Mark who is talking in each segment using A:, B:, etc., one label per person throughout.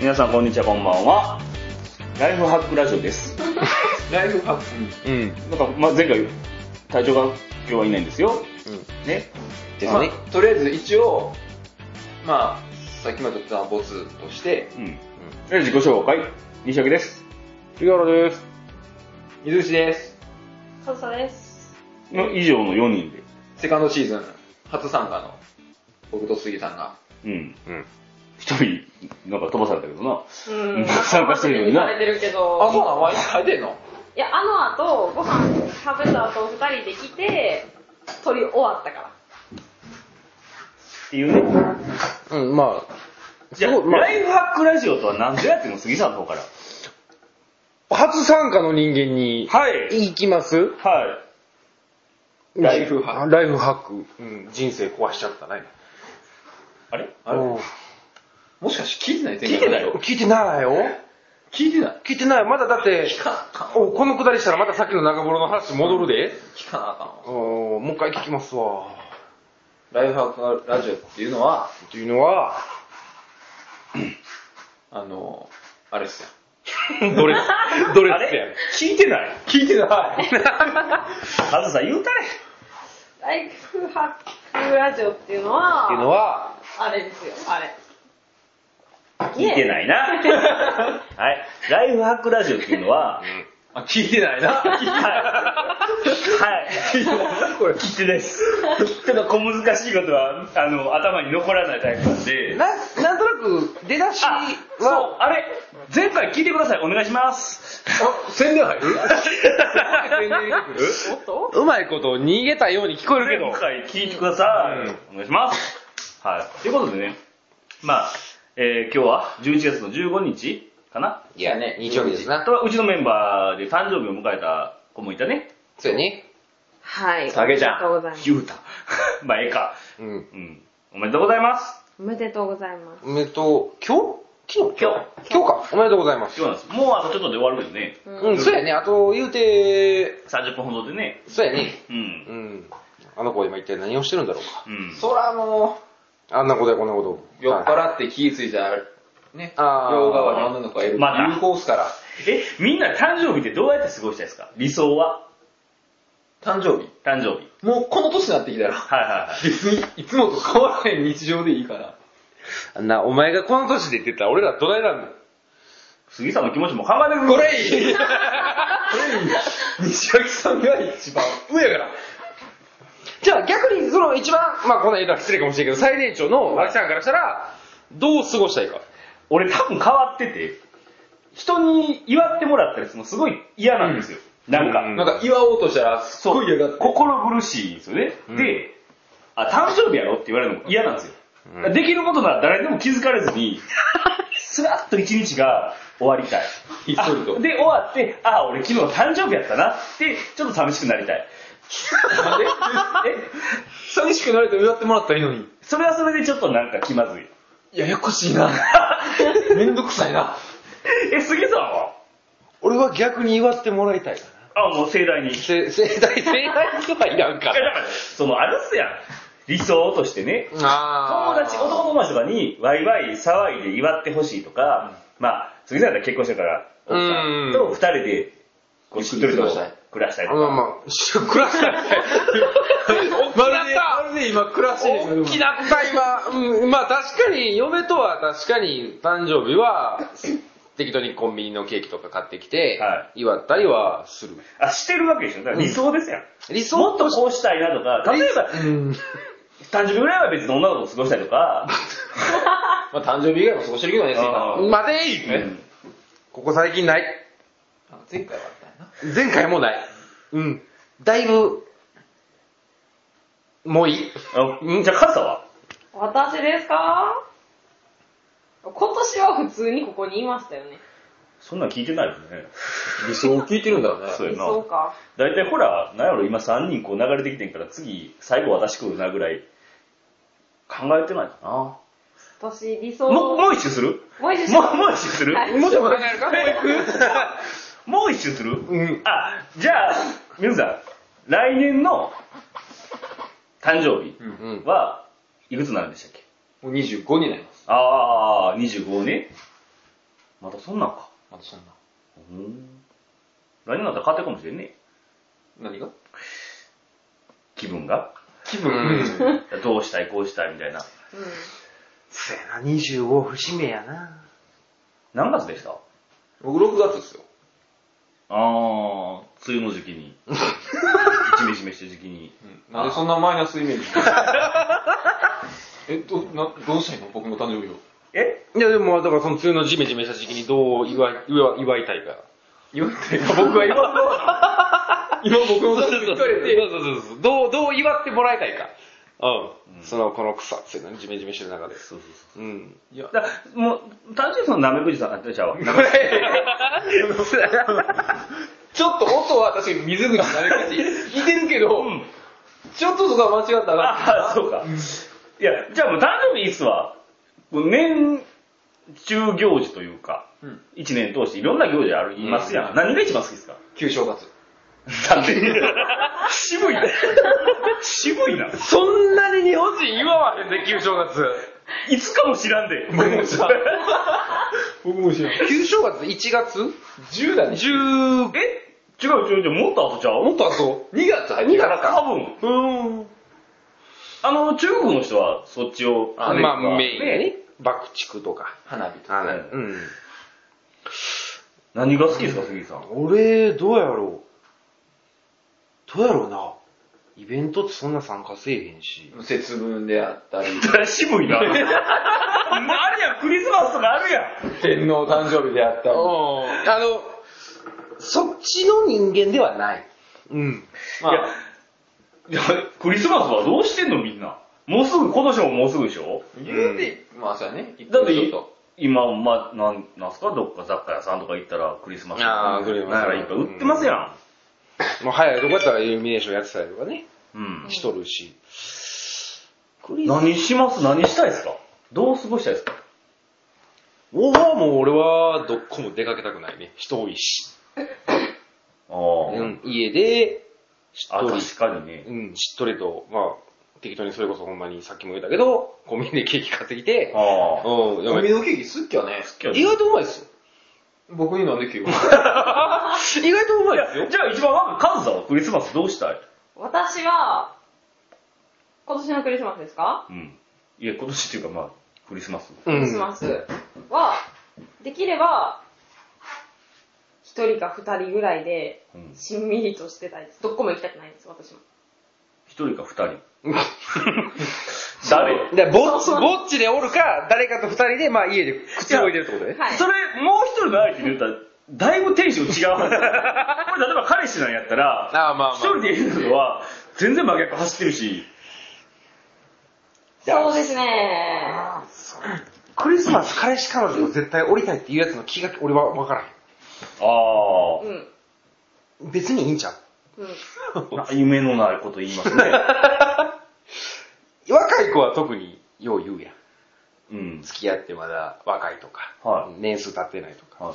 A: 皆さんこんにちはこんばんはライフハックラジオです
B: ライフハック。
C: うん。
A: なんか、まあ、前回隊長が今日はいないんですよね
C: ですね
B: ま。あとりあえず一応、まあ、さっきまでとったボツとして、
A: うん、とりあえず自己紹介西脇です杉原です
B: 水口です。
D: カズサです。
A: の以上の4人で
B: セカンドシーズン、初参加の、僕と杉さんが。
A: うん
C: うん。
A: 一人なんか飛ばされたけどな
D: うん
A: 参加してるのにな
D: されてるけど。
B: あ、そうなの前に書いてんの
D: いや、あの後、ご飯食べた後、二人で来て、撮り終わったから。
A: っていうね
C: うん、まあ、
A: じゃあ、
C: すごいま
A: ライフハックラジオとは何ぞやっていうの杉さんの方から
C: あ、初参加の人間に、
A: はい
C: 行きます
A: は
B: ライフハッ
C: ク。ライフハック。うん、人生壊しちゃったね。
A: あれ
B: あれ
C: うん
B: もしかして聞いてない
A: 聞いてないよ。
C: 聞いてないよ。
B: 聞いてない。
C: 聞いてない。まだだって
B: 聞、かなあかん。
C: おこのくだりしたらまたさっきの長風呂の話戻るで。
B: 聞かなあかんわ。
C: おもう一回聞きますわ。
B: ライフハックラジオっていうのは、
C: っていうのは、
B: あの、あれっすよ。
C: ドレス、 ドレ
A: あ
C: スやん
A: れ。聞いてない
B: 聞いてない
A: カズさん言うたれ
D: ライフハックラジオっていうのは、
C: っていうのは、
D: あれですよ、あれ。
A: 聞いてないな。 はい。ライフハックラジオっていうのは、
B: あ、聞いてないな。
A: はい。
C: これ
A: 聞いてないです。ちょっと小難しいことは、あの、頭に残らないタイプなんで。
C: な、なんとなく、出だし
A: あ、そう
C: は、、
A: あれ、前回聞いてください。お願いします。
B: あ、宣伝入る宣伝入れてくる
D: おっと
C: うまいこと逃げたように聞こえるけ
A: 前
C: ど。
A: 回聞いてください。お願いします。はい。ということでね、まあ、えー今日は11月の15日かな。
C: いやね、日曜日です
A: あ
C: な。
A: とはうちのメンバーで誕生日を迎えた子もいたね。
C: そうやね。
D: はい。
A: あげちゃん。
D: おめでとうございます。
A: 言うた。 まあ、ええか。
C: うん。
A: うん。おめでとうございます。
D: おめでとうございます。
C: おめでとう、今日昨日
A: 今日
C: 今日か。おめでとうございます。
A: 今日なんです。もうあとちょっとで終わるけどね。
D: う
C: うん、そうやね。あと、言うて、
A: 30分ほどでね。
C: そうやね。
A: うん。
C: うん。あの子は今一体何をしてるんだろうか。
A: うん。
B: そらも
C: あんなことやこんなこと。
B: う、酔っ
C: はい
B: 払って気ぃついたら、ね、
C: あー
B: 両側に女の子がいる。
A: また
B: 有効っすから。
A: え、みんな誕生日ってどうやって過ごしたいですか理想は
B: 誕生日。
A: 誕生日。
B: もうこの年になってきたら、
A: はいはい はい。
B: 別にいつもと変わらへん日常でいいから。
C: あんな、お前がこの年で言ってたら俺らどないなんだ
A: 杉さんの気持ちも考えてく
B: こ
A: れ
B: れいいこれいい西脇さんが一番上やから。
C: じゃあ逆に、その一番、まあこんな言うたら失礼かもしれんけど、最年長の脇さんからしたら、どう過ごしたいか。
A: 俺多分変わってて、人に祝ってもらったりするのすごい嫌なんですよ。なんか、
C: うん
B: なんか祝おうとしたら、すっごい嫌がって。
A: 心苦しいんですよね。
C: うん
A: で、あ、誕生日やろって言われるのも嫌なんですよ。
C: うん
A: できることなら誰でも気づかれず に、スラッと一日が終わりたい。
B: ひっそりと
A: あで、終わって、あ、俺昨日誕生日やったなって、ちょっと寂しくなりたい。
B: なんで寂しくなれて祝ってもらったらいいのに。
A: それはそれでちょっとなんか気まずい。
B: ややこしいな。 めんどくさいな。
A: え、杉さんは
C: 俺は逆に祝ってもらいたいか
A: あ、もう盛 大に。い
C: な。せ、盛大、盛大とはいらんか
A: や、だ
C: ら。
A: から、その、あるっすやん。理想としてね。
C: あ
A: 友達、男友達とかにワイワイ騒いで祝ってほしいとか、まあ、杉さんだったら結婚してから、奥さんと二人で、こう、しっとりと暮らしたいと
C: まあ
A: か。
C: まあ、 し暮らしたい。まるで、まるで今暮らしてる。大きなった今。うん、まあ確かに、嫁とは確かに誕生日は、適当にコンビニのケーキとか買ってきて、
A: は
C: 祝ったりはする。
A: あ、してるわけでしょ。だから理想ですやん。
C: 理想
A: もっと
C: し
A: こうしたいなとか、例えば、
C: うん。
A: 誕生日ぐらいは別に女の子と過ごしたりと か、
B: まあ誕生日以外も過ごしてるけどね、
A: あー
C: までい
A: うん
C: ここ最近ない。
B: 前回はあったよな。
C: 前回もない。うん。だいぶ、もういい。
A: あうんじゃあ、傘は
D: 私ですか今年は普通にここにいましたよね。
A: そんなん聞いてないですね。
B: 理想を聞いてるんだろうね
A: そうやな。
D: そうか。
A: 大体ほら、なんやろ、今3人こう流れてきてんから、次、最後私来るなぐらい、考えてないかな。も
D: 私、理
A: う
D: 想、
A: もう一周す る
D: もう一周し
A: も
D: よう
A: う、もう一周する、
D: はい
C: もうちょっと考えるか
A: もう一周する
C: うん。
A: あ、じゃあ、皆さん、来年の誕生日
C: うん。
A: は、いくつになるんでしたっけ
B: もう25になります。
A: ああ、25ね。またそんなんか。
B: またそんな。
A: うん。何になったら買ってくかもしれんね。
B: 何が
A: 気分が。
B: 気
C: うん
B: 分。
A: どうしたい、こうしたいみたいな。
C: そやな、25節目やな。
A: 何月でした
B: 僕6月ですよ。
A: あー、梅雨の時期に。ジメジメした時期に。
B: なんでそんなマイナスイメ ージえ、ど、な、どうしたいの僕の誕生日を。
A: え
C: いや、でも、だからその梅雨のジメジメした時期にどう祝い、祝い祝いたいか。
B: 言われて、僕は今の、今僕の誕生日聞かれて、
C: そうそうそうそう。どう、どう祝ってもらいたいか。うん。その、この草っていうのね、ジメジメしてる中で。
A: そうそうそ
C: うん。いや
A: う。、だからもう、単純にそのなめくじさん、あ、ちゃうわ。
B: ちょっと音は確かに水口なれ口似てるけど、
A: ん
B: ちょっとそこは間違ったな。
A: ああ、そうか。いや、じゃあもう誕生日いいっすわ。もう年中行事というか、
B: うん
A: 一年通していろんな行事ありますやん。何が一番好きですか
B: 旧正月。
A: なんで 渋いな。渋いな。
C: そんなに日本人祝わへんで、旧正月。
A: いつかも知らんで。
B: 僕も知らん。
C: 旧正月1月
B: 10代に。
C: 十え
A: 違う違う違う、もっと後ちゃう
C: もっと後
B: 2月入っ
A: 多
B: てからか。
A: 分。
C: うん。
A: あの、中国の人はそっちを。
C: あまあ、メインね
A: ね。。
C: 爆竹とか。
B: 花火と
A: は
B: か。
A: い
C: うん。
A: 何が好きですか、杉井さん。
C: 俺、どうやろう。どうやろうな。イベントってそんな参加せえへんし。
B: 節分であったり、
A: 渋 いな。あれやん、クリスマスとかあるやん。
B: 天皇誕生日であったり。
C: あの、そっちの人間ではない。うん。
B: まあ
A: いやいや、クリスマスはどうしてんのみんな。もうすぐ、今年ももうすぐでしょ
B: 言うて、まあそうやね。一
A: だっ
B: 個
A: て
B: ちょっと。
A: 今、まあ、なん、なんすかどっか雑貨屋さんとか行ったらクリスマス
C: あークリスマス
A: なんかいっぱい売ってますや
C: もう早いとこやったらイルミネーションやってたりとかね、
A: ん。うん。
C: しとるし。クリス
A: 何します何したいですかどう過ごしたいですか
C: おはもう俺はどっこも出かけたくないね。人多いし。
A: あ
C: う
A: ー
C: ん、家で、しっ
A: あ、
C: とり、
A: 確かにね。
C: うん、しっとりと、まあ、適当にそれこそほんまにさっきも言ったけど、コンビニでケーキ買ってきて、
A: ああ。
C: うん、
B: コンビ
C: 嫁
B: ニのケーキすっきゃね。
C: 意外とうまいっすよ。
B: 僕になんで急に。
C: 意外とうまいっすよ。
A: じゃあ一番若いカズさんはクリスマスどうしたい
D: 私は、今年のクリスマスですか
A: うん。いや、今年っていうかまあ、クリスマス。
C: う
D: ク
C: ん
D: リスマスは、できれば、一人か二人ぐらいで、
A: うん。
D: しんみりとしてたいです。どこも行きたくないです、私も。
A: 一人か二人。誰
C: だからぼっち、ぼっちでおるか、誰かと二人で、まあ家でくつろいでるってことね。
D: はい。
A: それ、もう一人の相手で言ったら、だいぶテンション違うはず。これ、例えば彼氏なんやったら、
C: ああ、まあまあ。
A: 一人でいるのは、全然真逆走ってるし、
D: そうですね。
C: クリスマス彼氏彼女を絶対降りたいっていうやつの気が俺は分から
A: あ
D: うん。
C: へん。別にいいんちゃう
D: うん。
A: あ、夢のないこと言いますね。
C: 若い子は特によう言うや
A: う
C: ん。
A: ん。
C: 付き合ってまだ若いとか、
A: は
C: 年数経ってないとか。
A: は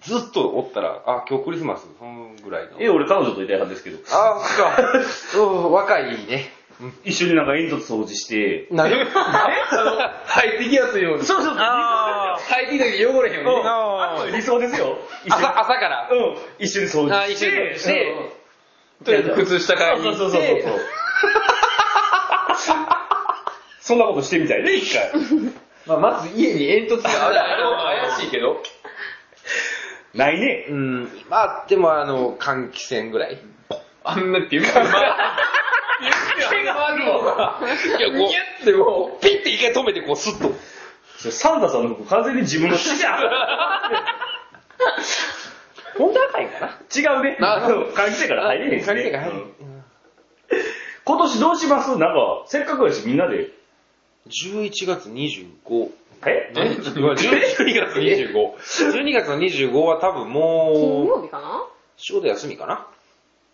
C: ずっとおったら、あ、今日クリスマス、そんぐらいの
A: い、。え、俺彼女といたいはずですけど、
C: あ、そっか。 うん、若いね。
A: 一緒になんか煙突掃除して、
C: な
B: 入
C: る
B: ってきやすいように。
A: そうそう、
C: あ
B: 入ってきた時汚れへんように
A: あ
B: ね。
A: 理想ですよ。一緒に
C: 朝、朝から。
A: うん、一緒に掃
C: あ
A: 除
C: 一
A: し
C: 緒に掃
A: て、
C: 除し
A: で
C: て
B: とりあえず靴下買いに行
A: そ
B: っ
A: う
B: て。
A: そうそうそうそう。そんなことしてみたいね、一回。
B: まあ、まず家に煙突がある。怪しいけど。
A: ないね。
C: うん、まあ、でもあの、換気扇ぐらい。
B: あんなっていうか、まあ、言ってあるわ。
C: いや、こ
B: やっても
C: う、ピッて一回止めて、こう、スッと。
A: それサンタさんの服完全に自分の手じゃん。
C: ほんと赤いかな
A: 違うね。
C: なるほど
A: 換気扇から入れへんしね。
C: 換気扇が入れへん
A: うん今年どうしますなんか、せっかくやしみんなで。
C: 11月25。
A: え
C: え ?12 月25。12月 の25は多分
D: 金
C: もう、
D: 曜日かな
C: 仕事休みかな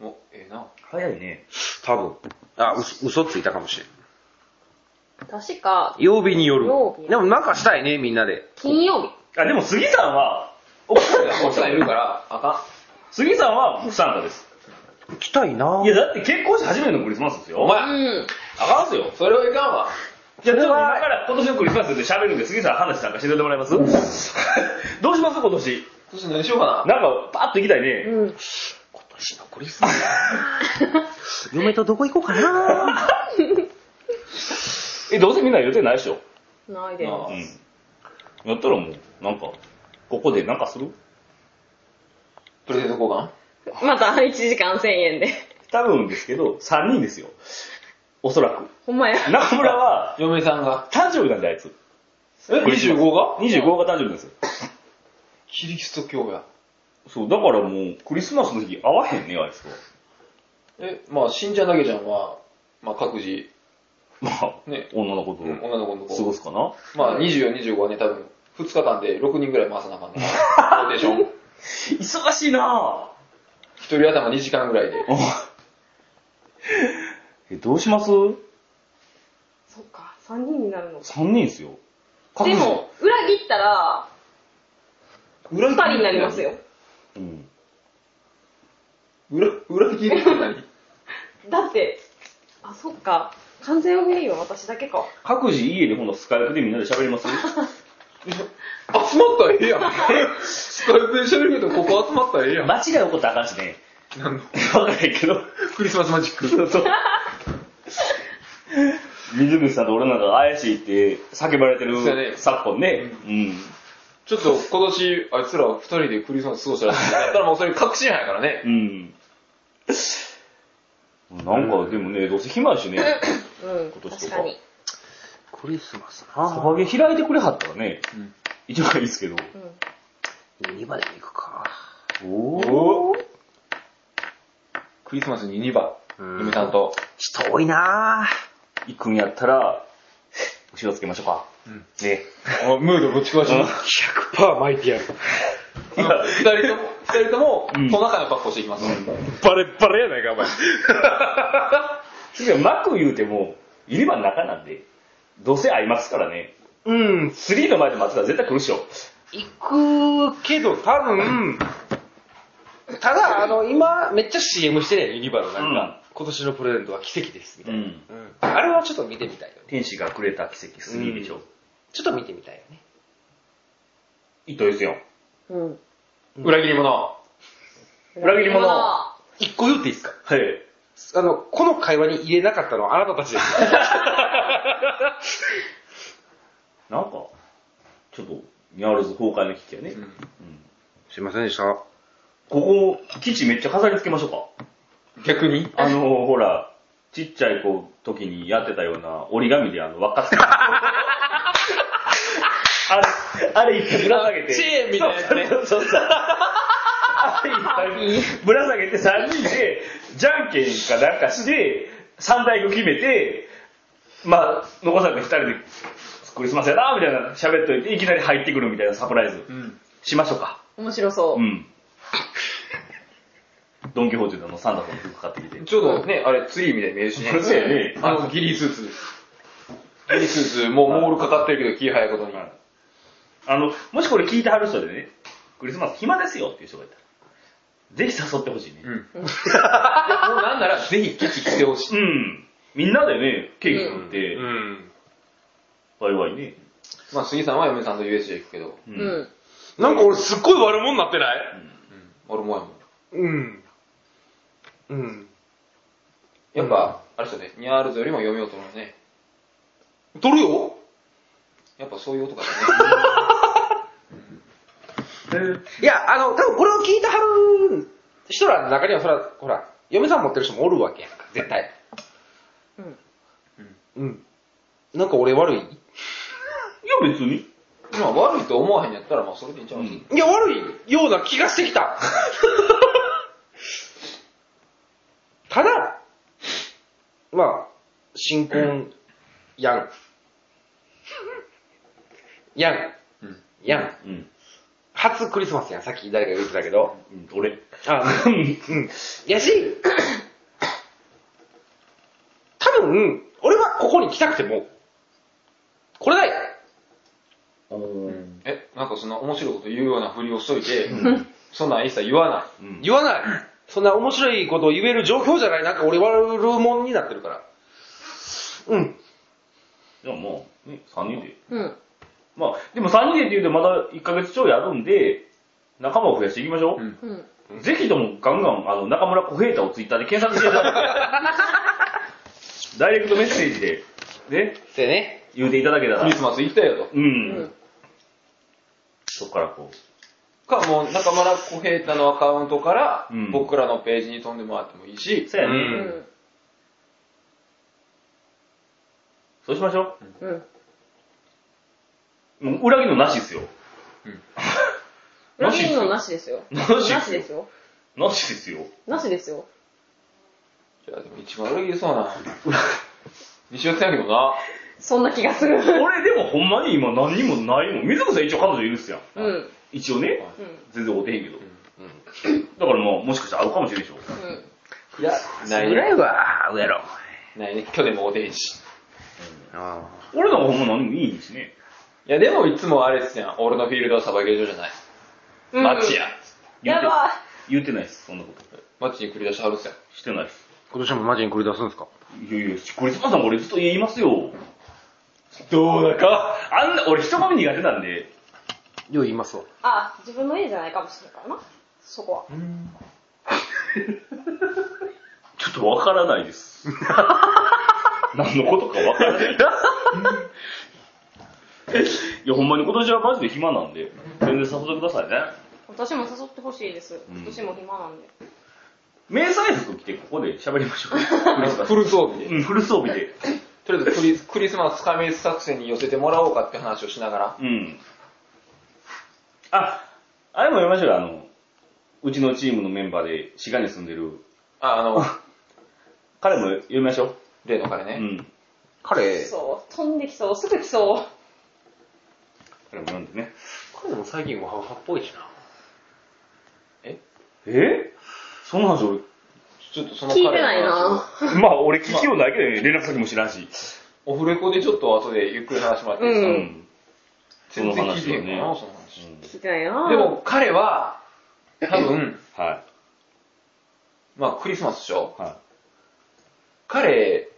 B: う。お、ええな。
A: 早いね。
C: 多分。あ、嘘嘘ついたかもしれん。
D: 確か、
C: 曜日による
D: 曜。日
C: でもなんかしたいね、みんなで。
D: 金曜日。
A: あ、でも杉さんは、奥さんが
B: 奥さんいるから、あか
A: 杉さんは不参加です。
C: 行きたいない
A: や、だって結婚して初めてのクリスマスです
B: ん。お
A: よ。
B: 前、
D: うん。
A: あかんっすよ。
B: それはいかんわ。
A: じゃあ、ちょっと今から今年のクリスマスで喋るんで、杉さん話なんかしててもらえますどうします今年。
B: そして何しようか
A: なんか、パッと行きたいね。
D: うん。
E: 嫁とどこ行こうか な
A: え、どうせみんな予定ないでしょ。
D: ないで
B: な。。あ
A: うん。やったらもう、なんか、ここでなんかする
B: プレゼント交換
D: また1時間1000円で。
A: 多分ですけど、3人ですよ。おそらく。
D: ほんまや。
A: 中村は、
B: 嫁さんが。
A: 誕生日なんであいつ。
B: え、25が
A: ?25 が誕生日なんですよ。
B: キリスト教が。
A: そう、だからもう、クリスマスの日会わへんね、あいつとは。
B: え、まあ、しんちゃんだけじゃんは、まあ、各自、
A: まあ、
B: ね
A: 女の子と
B: 女の子のと
A: 過
B: こ
A: ご。すかな。
B: まあ、24、25はね、多分、2日間で6人ぐらい回さなあか んね。オーディション。
A: 忙しいなぁ。
B: 一人頭2時間ぐらいで。
A: え、どうします
D: そっか、3人になるのか。
A: ?3 人ですよ。各
D: で
A: 自
D: も、裏切ったら、
B: 裏
D: 2人になりますよ。。
A: うん。
B: 裏、裏切りって何
D: だって、あ、そっか。完全オフリーは私だけか。
A: 各自家で今度スカイプでみんなで喋ります
B: 集まったらえ えやん。スカイプで喋るけど、ここ集まったらええやん。
A: 間違い起こったらあかんしね。
B: なんの
A: わからへんけど。
B: クリスマスマジック。
A: そうそう。水口さんと俺なんか怪しいって叫ばれて
B: そうや
A: る
B: ね
A: 昨今ね。うん。
B: ちょっと今年、あいつら二人でクリスマス過ごしたらしい。や ったらもうそれ確信犯やからね。
A: うん。なんかでもね、どうせ暇やしね。
D: うん、
A: 今年とか
D: 確かに。
E: クリスマス
A: サ
E: な
A: バゲ開いてくれはったらね
B: うん、
A: 一番いいですけど。
D: うん。
E: ユニバでも行くか。
A: おお。
B: クリスマスに2番、
E: うん
B: 嫁さんと。
E: 人多いな
A: 行くんやったら、後ろつけましょうか。ね。
B: あムードぶち壊します。
E: パー巻いてやる。
B: 二人とも、二人とも、
A: うん
B: トナカイの格好していきます。
C: バレッバレやないか、お前。
A: 次はマック言うても、入り場の中なんで、どうせ会いますからね。
C: うん。
A: 3の前で待ってたら絶対来るっしょ。
C: 行くけど、多分、ただ、あの、今、めっちゃ CM してね、ユニバのなんか、今年のプレゼントは奇跡です、みたいな。
A: ん。
C: うんあれはちょっと見てみたいよね。
A: 天使がくれた奇跡3でしょ。
C: ちょっと見てみたいよね。
A: いいとですよ。
D: うん。
B: 裏切り者。
A: 裏切り者
D: ま
C: 一個言っていいですか
A: はい。
C: あの、この会話に入れなかったのはあなたたちです。
A: なんか、ちょっと、ニャールズ崩壊の危機やね。
B: ん
E: すいませんでした。
A: ここ、基地めっちゃ飾り付けましょうか。
B: 逆に
A: あのー、ほら、ちっちゃい子時にやってたような折り紙であの、輪っかつけあれ、あれ一回ぶら下げて。
C: チェーンみたいなやつね
A: そうそうそうそう。あれ一回ぶら下げて3人で、じゃんけんかなんかして、三大決めて、まあ、残された2人で、クリスマスやな、みたいな喋っといて、いきなり入ってくるみたいなサプライズ、
B: うん。
A: しましょうか。
D: あ面白そうう。
A: ん。ドン・キホーテのサンタさんの服買ってきて。
B: ちょうどね、あれツリーみたいに見えるしね。
A: そうやね
B: あの、ギリースーツ。ギリースーツ、もうモールかかってるけど、気早いことに。
A: はいあの、もしこれ聞いてはる人でね、クリスマス暇ですよっていう人がいたら、ぜひ誘ってほしいね
B: うん。。もうなんなら、ぜひ、ケーキ来てほしい。
A: うん。みんなでね、ケーキ食って、
C: ん。
A: ワイワイね。
B: まあ、杉さんは嫁さんと USJ 行くけど、
A: う
D: うんん。
C: なんか俺すっごい悪者になってない
B: 俺もやもん。
C: うん。うん。
B: やっぱ、あれっすよね、ニャールズよりも嫁を取るね。
C: 取るよ
B: やっぱそういう男だよね。
C: いや、あの、多分これを聞いてはる人らの中には、そら、ほら、嫁さん持ってる人もおるわけやんか、絶対。
D: うん。
C: うん。なんか俺悪い
A: いや別に。
B: まあ、悪いと思わへんやったら、まあ、それでいいんちゃう、
A: うん
C: いや、悪いような気がしてきた。ただ、まあ、新婚、やん。やん。
B: うん
C: やん。
A: うん。
C: 初クリスマスやん、さっき誰か言ってたけど。
A: うん俺。
C: あ、うん。やし、多分、俺はここに来たくても、これない。
A: うん。
B: え、なんかそんな面白いこと言うようなふりをしといて、そんなん一切言わない。
A: うん
C: 言わない。そんな面白いことを言える状況じゃない。なんか俺悪者になってるから。うん。
A: じゃあもう、ね、3人で。
D: うん。
A: まあ、でも3人でって言うとまだ1ヶ月ちょいあるんで、仲間を増やしていきましょう。
B: うん
D: うん。
A: ぜひともガンガン、あの、中村小平太をツイッターで検索してください。ダイレクトメッセージで、ね、
C: でね、
A: 言うていただけた
B: ク
A: ら
B: リ。スマス行ったよ
A: う。
D: うんん。
A: そっからこ
B: と。か、もう中村小平太のアカウントから
A: うん、。
B: 僕らのページに飛んでもらってもいいうし、
A: そうやね。
C: うん
A: そうしましょ
D: うん。
A: う。もう裏切るのなしですよ。
D: 裏切るのなしですよ。
A: な
D: な
A: し
D: しですよ。
A: なしですよ。
D: なしですよ。
B: じゃあでも一番裏切りそうな。西尾さんやけどな。
D: そんな気がする。
A: 俺でもほんまに今何にもないもん。水口さん一応彼女いるっすやん。
D: うん。うん。
A: 一応ね。
D: うん。
A: 全然おてへんけど。だからもう、もしかしたら会うかもしれんでしょ。
B: いや、ない
E: ぐら
B: ね。
E: いは、うやろ。
B: ないね。去年もおでんし。
E: ああ。
A: 俺なんかほんま何もいいしね。
B: いや、でもいつもあれっすやん。俺のフィールドはサバゲー場じゃない。
D: うん。
B: マッチや。
A: 言う
D: や
A: て
D: ばい。
A: 言ってないです、そんなこと。
B: マッチに繰り出してはるっすやん。
A: してないです。
E: 今年もマジに繰り出すんですか
A: いやいや、クリスマスさん俺ずっと言いますよ。
B: どうだか。
A: あんな、俺人混み苦手なんで。
E: よう言いますわ。
D: あ、自分の家じゃないかもしれないからな。そこは。
A: ちょっとわからないです。何のことかわからない。いや、ほんまに今年はマジで暇なんで、全然誘ってくださいね。
D: 私も誘ってほしいです。
A: ん
D: 私も暇なんで。
A: 迷彩服着てここで喋りましょう。クリスマス
B: フ。ル装備で。
A: うん、フル装備で。
B: とりあえずクリスクリスマス仮面作戦に寄せてもらおうかって話をしながら。
A: うん。あ、あれも読みましょうよ、あの、うちのチームのメンバーで滋賀に住んでる、
B: あ、あの、
A: 彼も読みましょ
B: 例の彼
A: う。う
B: ね。
A: ん。
E: 彼、
D: そう。飛んできそう。すぐ来そう。
A: 彼も読んでね。
E: 彼も最近はハハっぽいしな。
A: えそんな話俺、
B: ちょっとその
D: 聞い
B: 彼
D: てない
B: の
D: な
B: 話 を。
A: まあ俺聞きようないけどね、連絡先も知らんし。
B: オフレコでちょっと後でゆっくり話してもらっていいです
D: う
B: か
A: うんん。
B: 全然聞いてへん
A: その話は
B: かな、
A: ね
B: その話。
D: 聞いてないな
B: で、も彼は、多分、
A: は
B: まあクリスマスでしょ
A: い。は
B: 彼、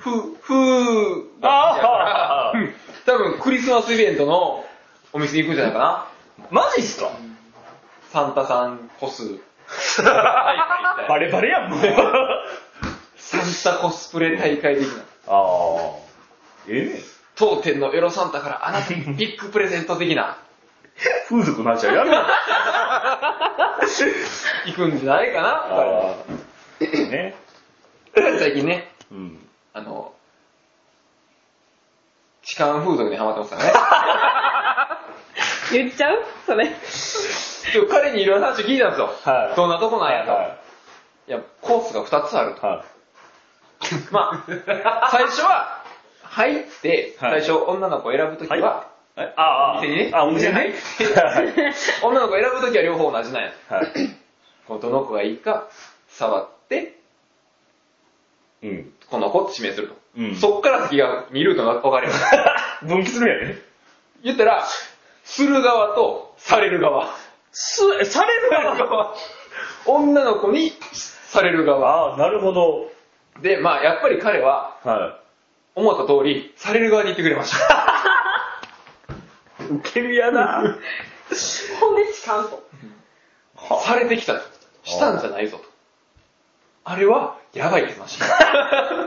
B: ふ、ふ
A: い。
B: が好きやから
A: あ ー
B: 多分クリスマスイベントのお店行くんじゃないかな。
A: マジっすか
B: サンタさんコ ス。
A: バレバレやん、もう。
B: サンタコスプレ大会的な。
A: ああ。ええね。
B: 当店のエロサンタからあなたに ビッグプレゼント的な。
A: 風俗の話はやめろ。
B: 行くんじゃないかな彼は
A: あーね。
B: 最近ね、
A: うん。
B: あの、痴漢風俗にハマってますからね。
D: 言っちゃうそれ。
B: でも彼にいろいろ話聞いたんですよ。
A: はい
B: どんなとこなんやと。い
A: は
B: や、コースが2つある
A: い。
B: と。
A: は
B: まあ、最初は、入って、
A: は
B: 最
A: い
B: 初女の子を選ぶときは、
A: はえあーあー。
B: お店にね
A: あ、お店にね。 はい
B: 女の子を選ぶときは両方同じなんや。
A: はい。
B: こうどの子がいいか、触って、
A: うん。
B: この子って指名すると。
A: うん
B: そっから先が2ルートが分かれる。
A: 分岐するんやね。
B: 言ったら、する側と、される側。
A: す、されるやろ。
B: 女の子に、される側。
A: ああ、なるほど。
B: で、まあ、やっぱり彼は、
A: は
B: 思った通り、される側に行ってくれました。
A: い。受けるやな。
D: ほんで痴漢と。
B: されてきたと。したんじゃないぞと。あれは、やばいって言ってました。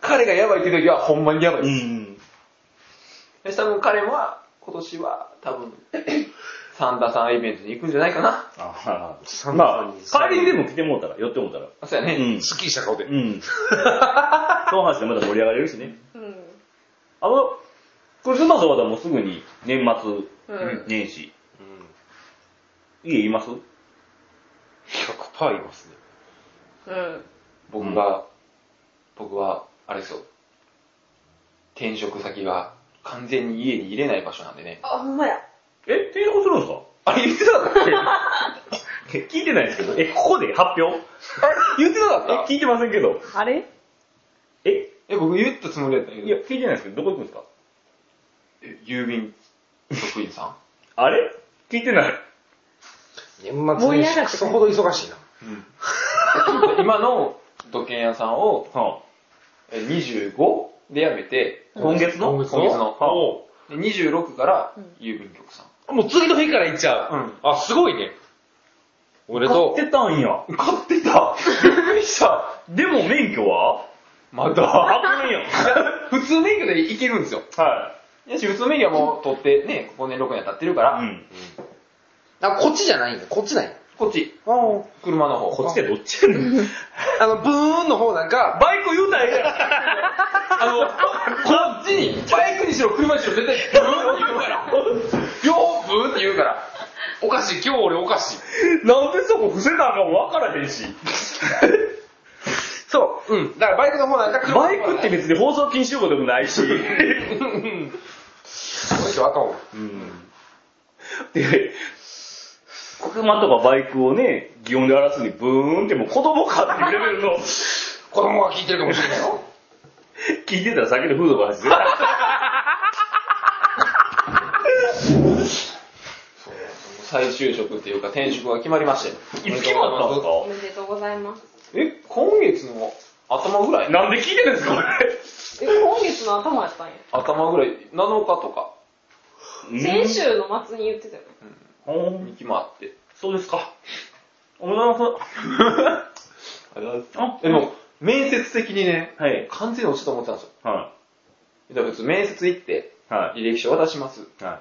B: 彼がやばいって言う時は、ほんまにやばいで
A: ん。
B: す。多分彼は、今年は、多分、サンタさんイベントに行くんじゃないかな。
A: あ
E: サ
A: あ。
E: ンタ
A: ま
E: さん
A: あ
E: に、
A: 代わりにでも来てもうたら、寄ってもうたら。
B: あそうやね。
A: うん。
E: すっきりした顔で。
A: うん。その話でまた盛り上がれるしね。
D: うん。
A: あの、クリスマスはまだもうすぐに年末、
D: うん
A: 年始。家います
E: 100%いますね。
D: うん。
B: 僕が、僕は、あれですよ。転職先が、完全に家に入れない場所なんでね。
D: あ、ほんまや。
A: え、転職するんですか
B: あれ言ってなかったっけ
A: え聞いてないですけど、え、ここで発表
B: 言ってな
A: え
B: かっ、た
A: 聞いてませんけど。
D: あれ
A: え、
B: え、僕言ったつもりだったんや
A: い
B: け
A: や、
B: ど、
A: 聞いてないですけど、どこ行くんですか
B: え郵便職員さん
A: あれ聞いてない。
E: 年末年始、そほど忙しいな。
B: 今の土建屋さんを
A: は
B: え25で辞めて、
A: 今月の
E: 今
B: 今月の。
A: お
B: で26から郵便局さん。
C: もう次の日から行っちゃう。
B: うん
C: あ、すごいね。おめでとう。
A: 買ってたんや。
B: 買ってたびっくりした
A: でも免許は
B: ま
A: あ
B: だ。
A: かん やん。
B: 普通免許で行けるんですよ。
A: はい
B: やし、普通免許はもう取ってね、5年6年経ってるから、
A: い。うん。
E: あ、こっちじゃないんだ。こっちない。
B: こっち、
E: ああ。
B: 車の方。
A: こっちでどっちやね ん。
E: あの、ブーンの方なんか、
A: バイク言うたらええ やん。
B: あの、こっちに、バイクにしろ車にしろ絶対ブーンって言うから。よーブーンって言うから。おかしい、今日俺おかしい。
A: なんでそこ伏せなあかんわからへんし。
E: そう、うん。だからバイクの方なんか車
A: バイクって別に放送禁止用語でもないし。
E: こいつはあかんわ
A: で、車とかバイクをね、擬音で表すにブーンってもう子供かっていうレベルの、
E: 子供が聞いてるかもしれないよ。
A: 聞いてたら先のフードが走って た。
B: 再就職っていうか転職が決まりまして。
A: いつ決まったんです
D: おめでとうございます。
B: え、今月の頭ぐら
A: か
B: い
A: なんで聞いてるんですか、これ。
D: え、今月の頭やったんや。
B: 頭ぐらい、7日とか
D: 先週の末に言ってたよね。
A: うん
B: に決まって。
A: そうですか。おめでとうございます。 あ
B: えでも、面接的にね、
A: はい。
B: 完全に落ちたと思ってたんですよ。
A: は
B: だから普通面接行って、
A: い。はい。
B: 履歴書渡します。
A: は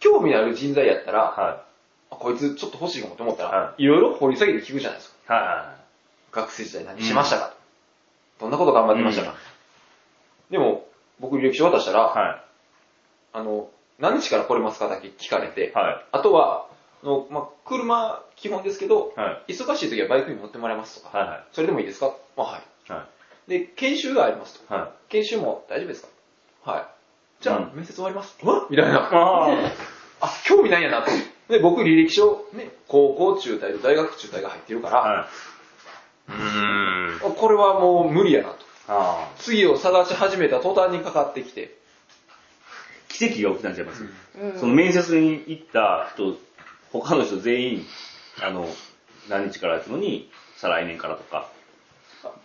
B: 興味のある人材やった
A: い。
B: ら、
A: は
B: あこいつちょっと欲しいかもって思ったら、、
A: はい
B: ろいろ掘り下げて聞くじゃないですか。
A: い。は
B: 学生時代何しましたか、どんなこと頑張ってましたか、でも、僕履歴書渡したら、
A: い。は
B: あの、何日から来れますかだけ聞かれて
A: い。、は
B: あとは、あのまあ、車基本ですけど、
A: い。はい。
B: 忙しい時はバイクに乗ってもらえますとか、
A: は。
B: それでもいいですか、まあ、はい。
A: はい
B: で、研修がありますと。
A: い。はい。
B: 研修も大丈夫ですかはい。じゃあ、
A: う
B: 面接終わります。みたいな。
A: あー
B: あ、興味ないんやなと。で、僕履歴書、ね、高校中退と大学中退が入ってるから、
A: はい。うーん。
B: あこれはもう無理やなと。
A: あー
B: 次を探し始めた途端にかかってきて、
A: 奇跡が起きたんちゃいます、
D: うん。
A: その面接に行った人、他の人全員、あの、何日からやつのに、再来年からとか、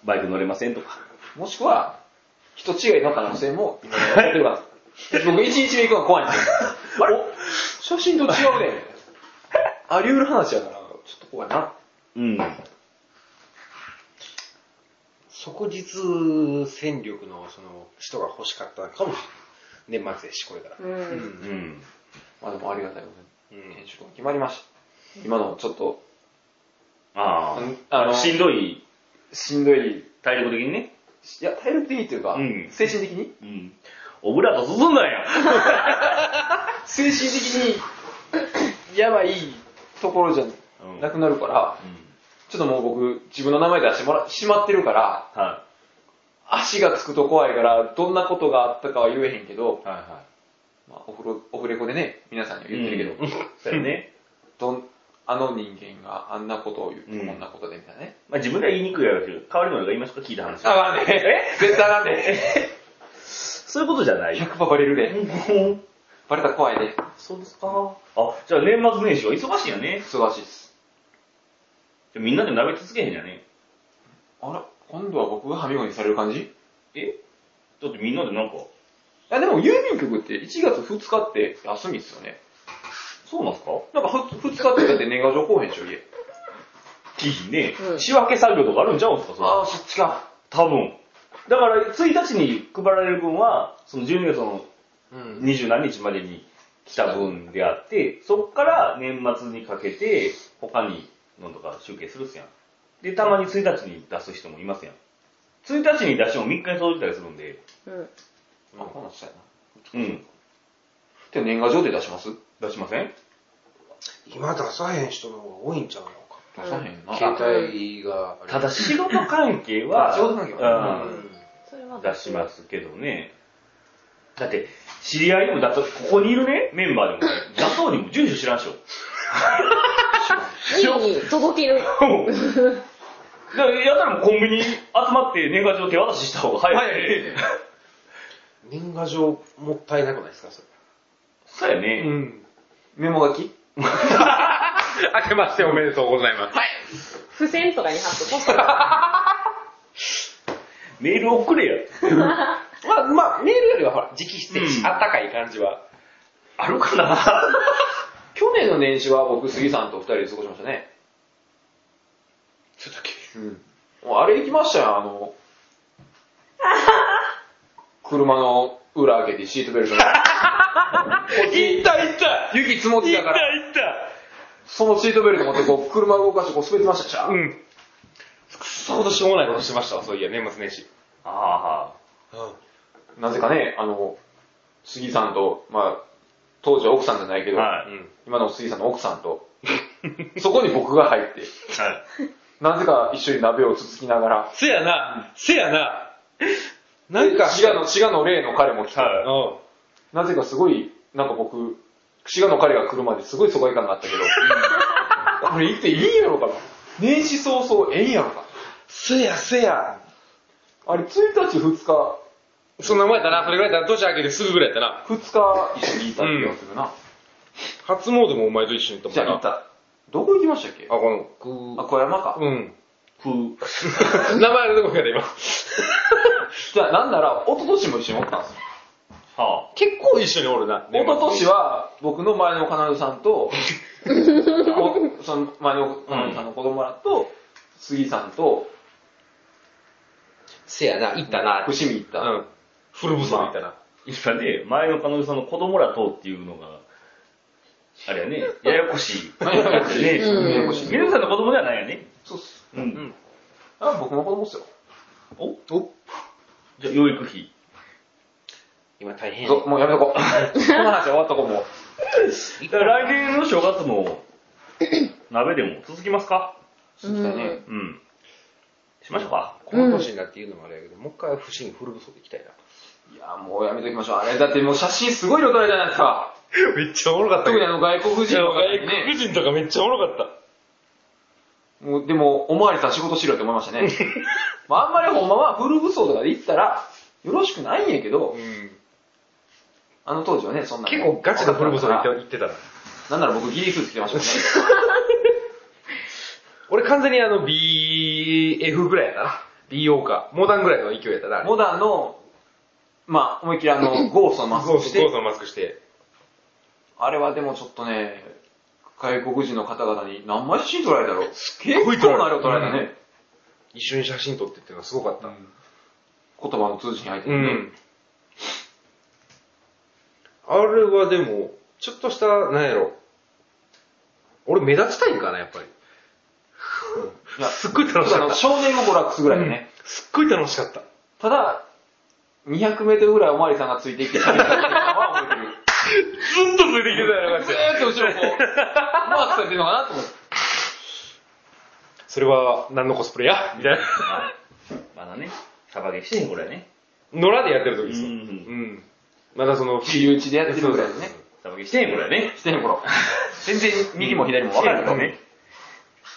A: バイク乗れませんとか。
B: もしくは、人違いの可能性も今やってるから。僕1日目行くのが怖い んですよ。あれ写真と違うね。あり得る話やから、ちょっと怖いな。
A: うん。
E: 即日戦力のその人が欲しかったかもしれない。年末やし、これから。
D: うん。うん。
A: うん。
B: まあでもありがたいこと
E: う
B: に、
E: ん
B: 編集が決まりました。今のちょっと、
A: あ
B: あの
A: あ。しんどい、
B: しんどい、
A: 体力的にね。
B: いや、体力的にっていうか、
A: うん
B: 精神的に
A: うん。オブラート進んだんや。
B: 精神的に、 やばいところじゃ
A: うん
B: なくなるから、
A: うん
B: ちょっともう僕、自分の名前出してもら、しまってるから、
A: は
B: 足がつくと怖いから、どんなことがあったかは言えへんけど
A: い。、はいは
B: まあ、オフロオフレコでね、皆さんには言
A: 言
B: っ
A: ってて
B: る
A: る
B: け
A: け
B: ど、
A: ど。そうやね。
B: どん、あの人間があんなことを言って、
A: うん
B: こんなことでみたいなね。
A: まあ自分では言いにくいやろうけど、代わりの俺が言いますか聞いた話。
B: あかんねえ絶対あかんね
A: そういうことじゃない。
B: 100%バレるで。バレたら怖いで。
A: そうですか。あ、じゃあ年末年始は忙しいよね。
B: 忙しいっす。
A: じゃあみんなで鍋続けへんやね。
B: あら、今度は僕がハミゴにされる感じい
A: えだってみんなでなんか、
B: や、でも郵便局って1月2日って休みっすよね。
A: そうなんすか
B: なんか 2, 日ってだって年賀状公演でしょ、家。
A: いいね、
D: うん
A: 仕分け作業とかあるんちゃうんすかそれ
B: ああ、そっちか。
A: 多分。だから、1日に配られる分は、その12月の
B: うん。
A: 20何日までに来た分であって、そっから年末にかけて、他にのとか集計するっすやん。で、たまに1日に出す人もいますやん。1日に出しても3日に届いたりするんで、
B: まあ、こんなんしたいな。
A: うん。
B: で、年賀状で出します
A: 出しません
E: 今出さへん人の方が多いんちゃうのか。
B: 出さへんな。
E: 携帯があれ
A: ただ仕事関係は、
B: あ仕事関係は
A: うん
D: それは
A: 出しますけどね。だって、知り合いでもだと、ここにいるね、メンバー でもね、打倒にも住所知らんしょ。
D: す。家に届ける。
A: だからやったらもうコンビニ集まって年賀状手渡しした方が早い。
E: 年賀状もったいなくないですか、それ。
A: そうやね。
B: うん。メモ書き
C: 明けましておめでとうございます。
D: 付箋とかに貼っとこう。
A: メール送れや。
B: まあ、まあ、メールよりはほら、直筆で
A: うん
B: あったかい感じは。
A: あるかな
B: 去年の年始は僕、杉さんと二人で過ごしましたね。
E: ちょっとだけ。
B: うん。もうあれ行きましたよ、あの、車の裏開けてシートベルトが。行った行った雪積もってたから、
A: いった
B: そのシートベルト持ってこう、車動かしてこう滑ってましたじゃん。
A: うん。
B: そことしょうもないことしてましたわ、そういや、年末年始。
A: あ
B: なぜかね、あの、杉さんと、まあ、当時は奥さんじゃないけ
A: あ。
B: ど、
A: はい。
E: うん。
B: 今の杉さんの奥さんと、 そこに僕が入って、
A: はい。
B: なぜか一緒に鍋をつつきながら、
E: せやな、せやな。なんか、
B: 滋賀の、滋賀の霊の彼も来て、
A: は
E: うん。
B: なぜかすごい、なんか僕、滋賀の彼が来るまですごい疎外感があった けど、これ行っていいんやろうかな。年始早々ええんやろか。
E: せやせや。
B: あれ、1日2日、
C: そんな前だな、それぐらいだな、年明けてすぐぐらいだな。
B: 2日一緒にいた気がするな。
C: 初詣もお前と一緒に行っ
B: じ
C: た
B: ゃあ
C: も
B: 行
C: ん
B: っ
C: な。あ、
B: た。どこ行きましたっけあ、
C: この、く
B: 小山か。
C: うん。
A: ふ
C: 名前のとこやで、今。
B: じゃあなんなら、一昨年も一緒におったんですよ。
A: は
C: 結構一緒におるな。
B: 一昨年は、僕の前の彼女さん と、おその前の彼女さんの子供らと、杉さんと、
C: せやな、行ったな。
B: 伏見行った。
C: うん。古ブさん行ったな。
A: 今ね、前の彼女さんの子供らとっていうのが、あれや ね、ややこしい。
B: ややこしい
A: ね
D: うん
A: ややこしい。皆さんの子供ではないやね。
B: そうっす。
A: う。
C: うんん。
B: あ僕の子供っすよ。
A: おおじゃあ、養育費。
E: 今大変や
B: そ。うもうやめとこう。こ の話終わっとこうもう。
A: だから来年の正月も、鍋でも続きますか
B: そうだね。
A: うん。しましょうか。
E: この年になって言うのもあれやけど、もう一回不審フル武装で行きたいな。
B: いや、もうやめときましょう。あれ、だってもう写真すごい色撮られたじゃないですか。
C: めっちゃおもろかった
B: 特
C: け
B: に
C: ど
B: あ。の外国人とかに
C: 外国
B: ね。
C: 人とかめっちゃおもろかっ
B: もうでも、おまわりさん仕事しろって思いました ね。まあ、あんまりほんまはフル武装とかで行ったら、よろしくないんやけ
C: た。
B: ど
C: う、ん。
B: あの当時はね、そんなね
C: 結構ガチなフルブソで行って行ってたな。
B: なんなら僕ギリスーツ着てましたもんね。
C: 俺完全にあの BF ぐらいやな。BO か。モダンぐらいの勢いやったな。あれ
B: モダンの、まあ、思いっきりあ の、ゴーストのマスク
C: そう
B: を
C: そう、
B: し
C: ゴー
B: て、
C: さんのマスクして。
B: あれはでもちょっとね、外国人の方々に何枚写真撮られたろ結
C: ごい撮
B: 構
C: ら
B: な
C: れた
B: 量撮られたね。
C: 一緒に写真撮ってっていうのはすごかった。
B: 言葉の通じに入って
C: う
B: るね。
C: ん。あれはでも、ちょっとした、なんやろ。俺目立ちたいんかな、やっぱり。
B: いや、
C: すっごい
B: ちょっ
C: 楽し
B: とあ
C: かっ
B: の、
C: た。
B: 少年を娯楽するぐらいでね。
C: すっごい楽しかった。
B: ただ、200メートルぐらいおまわりさんがついてきて喋ってたのは覚え てる。
A: ずっとついてきてたよ、
B: ずーっと後ろこう、マークされてるのかなと思って。
C: それは何のコスプレやみたいな。
A: まだね、サバゲーしてん、これはね。
C: 野良でやってる時ですよ。
A: う
C: うんん。まだその、
B: 自由打ちでやってるぐらいでね。
A: サバゲーしてん、これはね。
B: してへん頃。全然右も左も分からんけどね。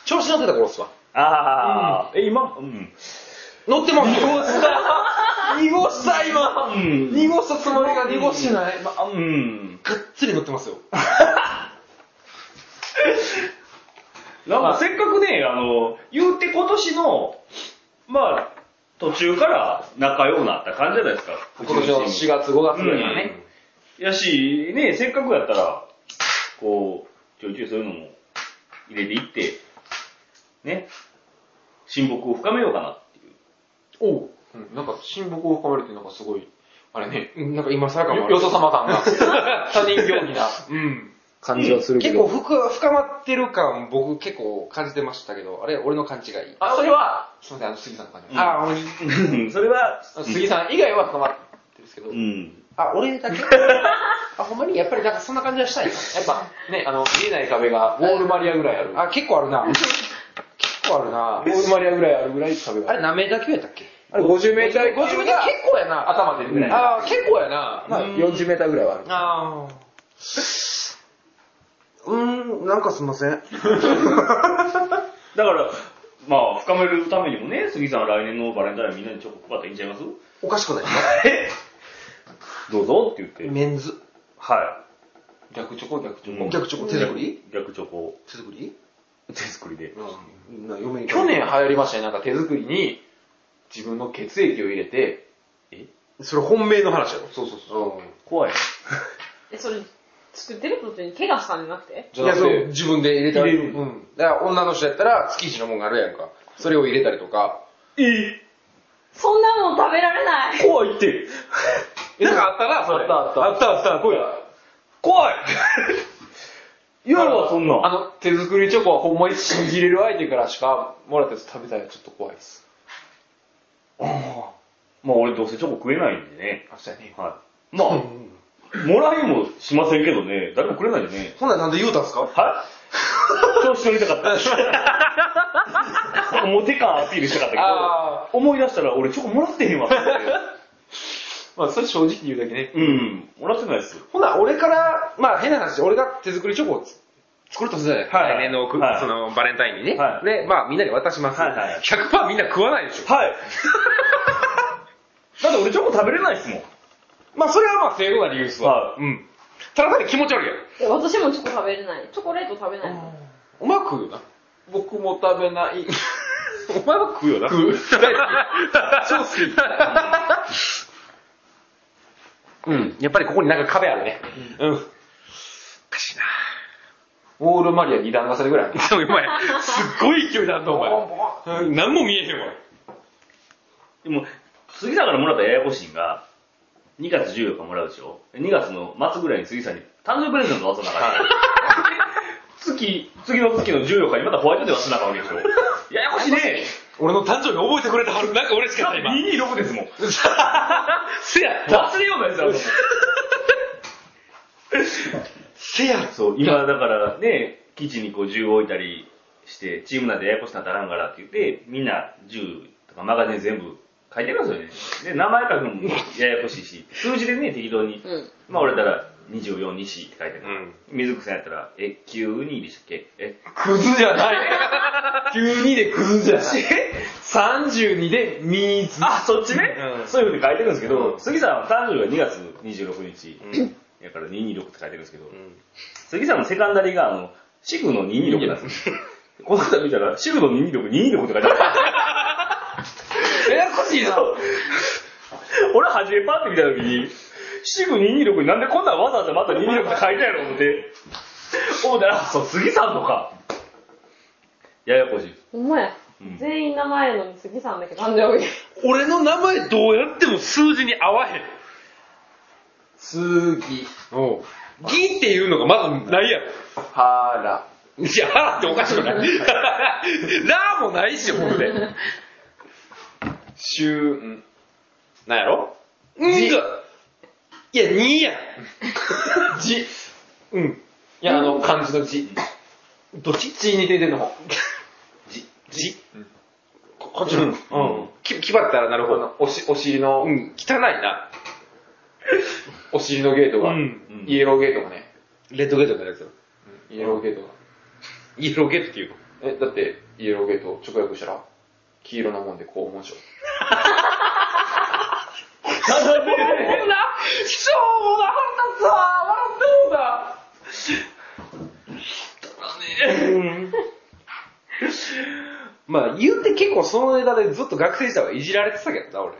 C: 調子乗ってた頃っすわ。
A: ああ、え、今うん。
C: 乗ってますよ。
B: 濁した今
A: うん
B: 濁したつもりが濁してない。
A: まあ、うん。
C: がっつり乗ってますよ。
A: なんかせっかくね、あの、言うて今年の、まあ、途中から仲良くなった感じじゃないですか。
B: 今年の4月5月ぐらいからね、
A: やし、ね、せっかくやったら、こう、ちょいちょいそういうのも入れていって、ね、親睦を深めようかなっていう。
B: おう、ん、なんか親睦を深めるってなんかすごいあれね
C: うんなんか今更かも
B: よ
C: ある
B: よそ様感が 他人行儀な
C: うん。
E: 感じはする
C: 結構深深まってる感僕結構感じてましたけど、あれ俺の勘違い。
B: あそれはすいませんあの杉さんの感じ、
A: うん
B: あ
C: あ、俺、
A: それは、
B: 杉さん以外は深まってるんですけど、
A: うん。
C: あ、俺 だけあ、ほんまにやっぱりなんかそんな感じはしたい。
B: やっぱねあの見えない壁がウォールマリアぐらいある
C: あ、結構あるな。結構あるな。
B: ウォールマリアぐらいあるぐらい壁が
C: あ
B: ある
C: れ何メーター級やったっけ
E: あれ50メーター、
C: 50メーター結構やな。
B: 頭出るぐらい、
C: あー、結構やな。
E: まあ40メーターぐらいはある。
C: あー。うーん、なんかすいません。
A: だから、まあ、深めるためにもね、杉さんは来年のバレンタインみんなにチョコ配ったらいいんちゃいます
E: おかしくない
A: えどうぞって言って。
E: メンズ。
A: は
B: 逆チョコ逆チョコ、
A: うん
E: 逆チョコ手作り
A: い。逆チョコ、
E: 手作り
A: 手作りで。
E: うん。な、嫁に。
B: 去年流行りましたねなんか手作りに自分の血液を入れて
A: え
E: それ本命の話だろ。
B: そうそうそう。
E: うん。
A: 怖い。
D: え、それ、作ってる途中に怪我したんじゃなくて
B: じゃなく
E: いやそ
B: て
E: う、
B: 自分で入れた
E: 入
B: り。
E: れる
B: うん。だから女の人やったら、月一のもんがあるやんか。それを入れたりとか。
A: え
D: そんなもん食べられない
A: 怖いって。
C: なんかあったな、それ。
B: あった
E: あったあった、これ。
A: 怖いやるわ、そん
B: あ
A: なん。
B: の、手作りチョコはほんまに信じれる相手からしかもらったやつ食べたらちょっと怖いです。
A: まあ俺どうせチョコ食えないんでね。
B: あ、そうやね。
A: はい。まあ、もらいもしませんけどね、誰もくれないんでね。
E: ほんならなんで言うたんすか
A: はい調子乗りたか った。モテ感アピールしたかったけ
B: あ
A: ど、思い出したら俺チョコもらってへんわ。
B: まあ、それ正直に言うだけね。
A: うん、もらってないですよ。
B: ほな、俺から、まあ変な話、俺が手作りチョコをつ作るとするじゃない
A: はい
C: 来年のく、
A: はい
C: その、バレンタインにね。
A: はい
C: ね、まあみんなに渡します。
A: はいはい
C: 100%みんな食わないでしょ。
A: はい。 だって俺チョコ食べれないっすもん。
B: まあそれはまあ正当な理由ですわ。
A: はい。うん。
C: ただただ気持ち悪いやん。
D: え私もチョコ食べれない。チョコレート食べない。
B: うまく言うな。僕も食べない。
C: お前は食うよな。
B: 食う。
C: 超好き。 うん。やっぱりここになんか壁あるね。
B: うん。おかしいなオールマリア二段重ねぐらい。
C: でもお前、すっごい勢いだな、お前。何も見えへんわ。
A: でも、杉さんからもらったややこしいんが、2月14日もらうでしょ ?2 月の末ぐらいに杉さんに誕生日プレゼント渡さなあかった。 月、次の月の14日にまたホワイトデー渡さなあかんわけでしょややこしいね。
C: 俺の誕生日覚えてくれたはる。なんか嬉しかった、今。
A: 226ですもん。
C: せやった。
A: 忘れようなやつだと思う。
C: せや
A: そう、今だからね、基地にこう銃を置いたりして、チームなんてややこしな足らんからって言って、みんな銃とかマガジン全部書いてますよね。で、名前書くのもややこしいし、数字でね、適当に。
D: うん。
A: まあ俺だら24、西って書いてる。
C: うん
A: 水口さんやったら、え、92でしたっけえ、
B: クズじゃ ない。92でクズじゃない。32でミーズ。
A: あ、そっちね、
B: うん
A: そういう風に書いてるんですけど、
B: うん
A: 杉さんは誕生日が2月26日、やから226って書いてるんですけど、杉さんのセカンダリーが、あの、シグの226なんですよ。この方見たら、シグの226、226って書いてある。
B: ややこしいな。
A: 俺初めパッて見た時に、シグ226になんでこんなんわざわざまた226って書いたんやろ思って、思ったら、そう、杉さんのか。ややこしいです。
D: ほんまや。
A: うん
D: 全員名前やのに杉さんだけ誕生日。
C: 俺の名前どうやっても数字に合わへん。
B: 次、
C: おギっていうのがまずないやろ。
B: はら。
C: いや、ラーっておかしくない ラーもないし、ほんで。
B: しゅん。
C: なんやろんが、いや、2やん。
B: じ。
C: うん。
B: いや、あの、漢字の字。どっち字に点々の方。
C: じ、
B: ここっちの。
C: うん。き、気張ったらなる
B: こ
C: ほど。
B: のおし、お尻の、
C: うん、汚いな。
B: お尻のゲートが、
C: うん
B: イエローゲートがね、
C: レッドゲートのやつよ。
B: イエローゲートが。
C: イエローゲートっていうの。
B: え、だって、イエローゲート直訳したら、黄色なもんで肛門症。
C: こんな、しょうもな腹立つわ。笑ってもうだ。汚ねえ。まあ、言うて結構そのネタでずっと学生時代はいじられてたけどな、俺。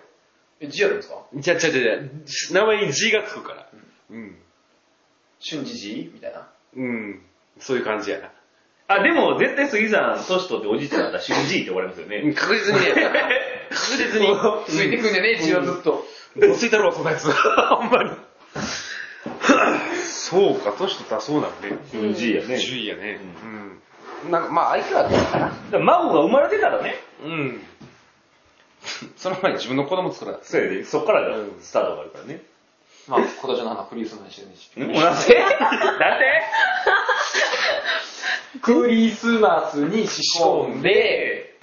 B: え、字やるんですか
C: じゃじゃじゃじゃ名前に G がつくから。うん。
B: 瞬時字みたいな。
C: うん。そういう感じやな。
A: あ、でも絶対杉さん、年取っておじいちゃんだったら、シグジーって終わりますよね。
C: 確実にね、確実に。
B: ついてくんじゃねえ、字はずっと。
C: どついたろう、そんなやつ。ほんまに。そうか、年取ったらそうなのね。
A: シグジーやね。
C: 10位やね。
B: なんか、まあ、相手はどうかな。
A: だから孫が生まれてからね。
C: うん。うん。その前に自分の子供作らない。
A: そうやね。そっからがスタートがあるからね。
B: まあ、今年の花フリースの話でね。
A: ねもう なんでなんで
B: クリスマスに仕込んで、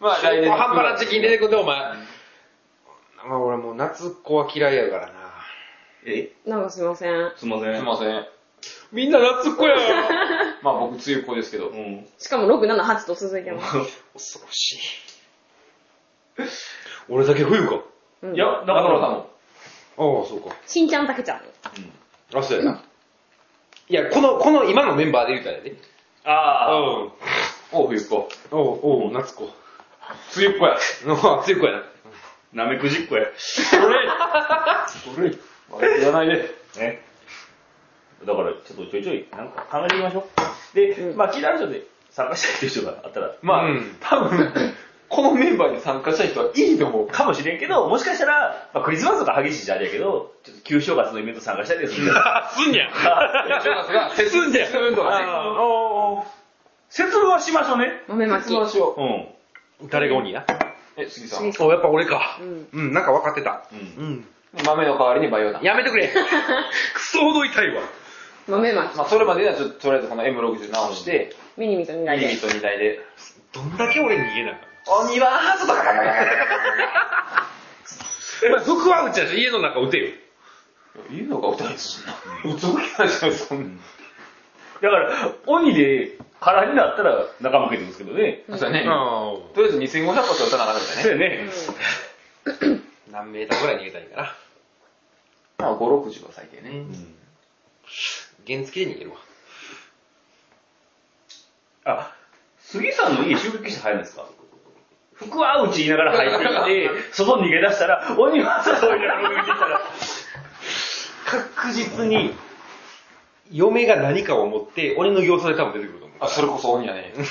B: まあ、来年の
C: 半端な時期に出てくんで、お前。まあ俺もう夏っ子は嫌いやからな。
A: え、
D: なんかすいません。
A: すいません。
B: すいません。
C: みんな夏っ子やろ
B: まあ、僕、梅雨っ子ですけど。
A: うん。
D: しかも6、7、8と続いてます。
C: 恐ろしい。俺だけ冬か。ああ、
D: うん
A: いや、だか
B: 中村さん
A: ら、
B: も。
C: そうか。
D: しんちゃん、たけちゃん。
C: あ、そうやな。いや、この、この今のメンバーで言うたらやで。
A: ああ、
C: ん。
B: おう、冬っ子。
C: おう、おう、夏子。梅雨っ子や。うん、梅雨っ子やな。
A: なめくじっこや。
B: 言わないで。
A: ね。だから、ちょっとちょいちょい、なんか考えてみましょう。で、まあ、聞いた話で参加したいっていう人があったら、
B: まあ、
F: うん
B: 多分、このメンバーに参加した人はいいと思う。
A: かもしれんけど、もしかしたら、まあ、クリスマスとか激しいじゃあれやけど、ちょっと旧正月のイベント参加したりとかするんじゃない
F: すんじゃ ん。
B: 進んで進んとかね。
A: おーおー節分はしましょうね。
D: 豆まき。
B: 話を。
A: うん。
F: 誰が鬼や
B: え、杉さん。
D: 杉
C: お、やっぱ俺か
D: う。ん。
C: うん、なんか分かってた。
A: うん
C: うん。
B: 豆の代わりにバイオだ。
C: やめて くれ。クソほど痛いわ。
D: 豆まき。
B: まあ、それまでにはちょっと、とりあえずこの M60 直して、
D: ミニミと苦い
B: ミニ
D: で。
B: と2台で。
C: どんだけ俺逃げなか
B: 鬼はハートだ
F: お前服は打ちやし、家の中打てよ。
B: 言うのが歌いですそんな。打つわけないじゃん、そんな。
A: だから、鬼で空になったら仲間受けてるんですけどね。
B: そうだね。
F: あ
B: とりあえず2500発は打たなあかんみたい
A: そう
B: ね。
A: やね。
C: 何メーターぐらい逃げたらいいかな。
B: まあ、5、60は最低ね。
C: 原付で逃げるわ。
A: あ、杉さんの家襲撃して入るんですか福はうち言いながら入 ってきて、外に逃げ出したら、鬼は外に逃げてきたら、
C: 確実に、嫁が何かを持って、俺の業者で多分出てくると思う。
B: あ、それこそ鬼や ね。絶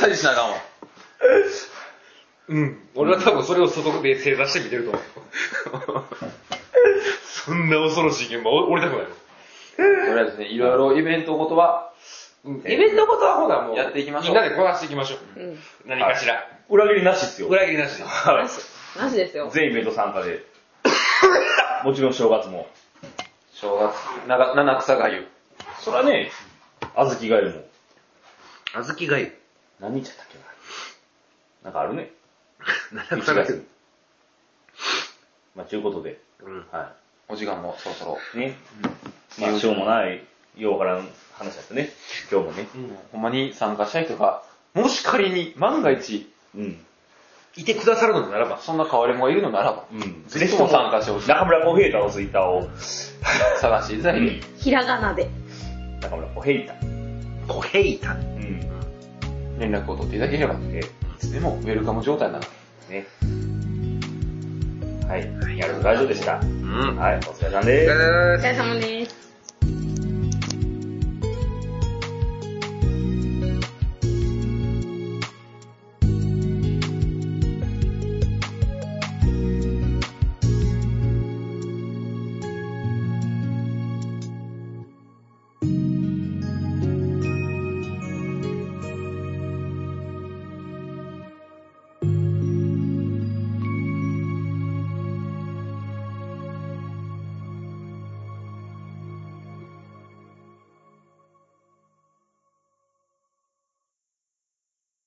B: 対にしなあかんわ。
C: うん。俺は多分それを外で正座して見てる と思う。そんな恐ろしい現場、お俺たくないもん
B: とりあえずね、いろいろイベントごとは、
C: イベントごとはほらもう、
B: やっていきましょう
C: みんなでこなしていきましょう。
D: うん。
C: 何かしら。
A: 裏切りなしですよ。
C: 裏切りなしで。
A: は
D: なし。なしですよ
A: い。。全イベント参加で。もちろん正月も。
B: 正月、長七草がゆ。
A: それはね、あずきがゆも。
C: あずきがゆ。
A: 何日やったっけななんかあるね。
C: 七
A: 1月に。まあ、ということで、
C: うん。
A: は
B: お時間もそろそろ。
A: い。ね。まあ、しょうもない、ようからん話だったね。今日もね。
B: ほんまに参加したい人が、もし仮に万が一、
A: うん。
C: いてくださるのならば。
B: そんな変わり者がいるのならば、
A: うん。
B: ぜひとも参加してほしい。
A: 中村小平太をツイッターを。
B: 探していただいて、
D: ひらがなで。
A: 中村小平太。
C: コヘイタ。
A: うん。
B: 連絡を取っていただければ、い
A: え、
B: つでもウェルカム状態なので。
A: ね。はい。やるラジオでした。
C: うん。
A: はい。お疲れさんです。
D: お疲れ様です。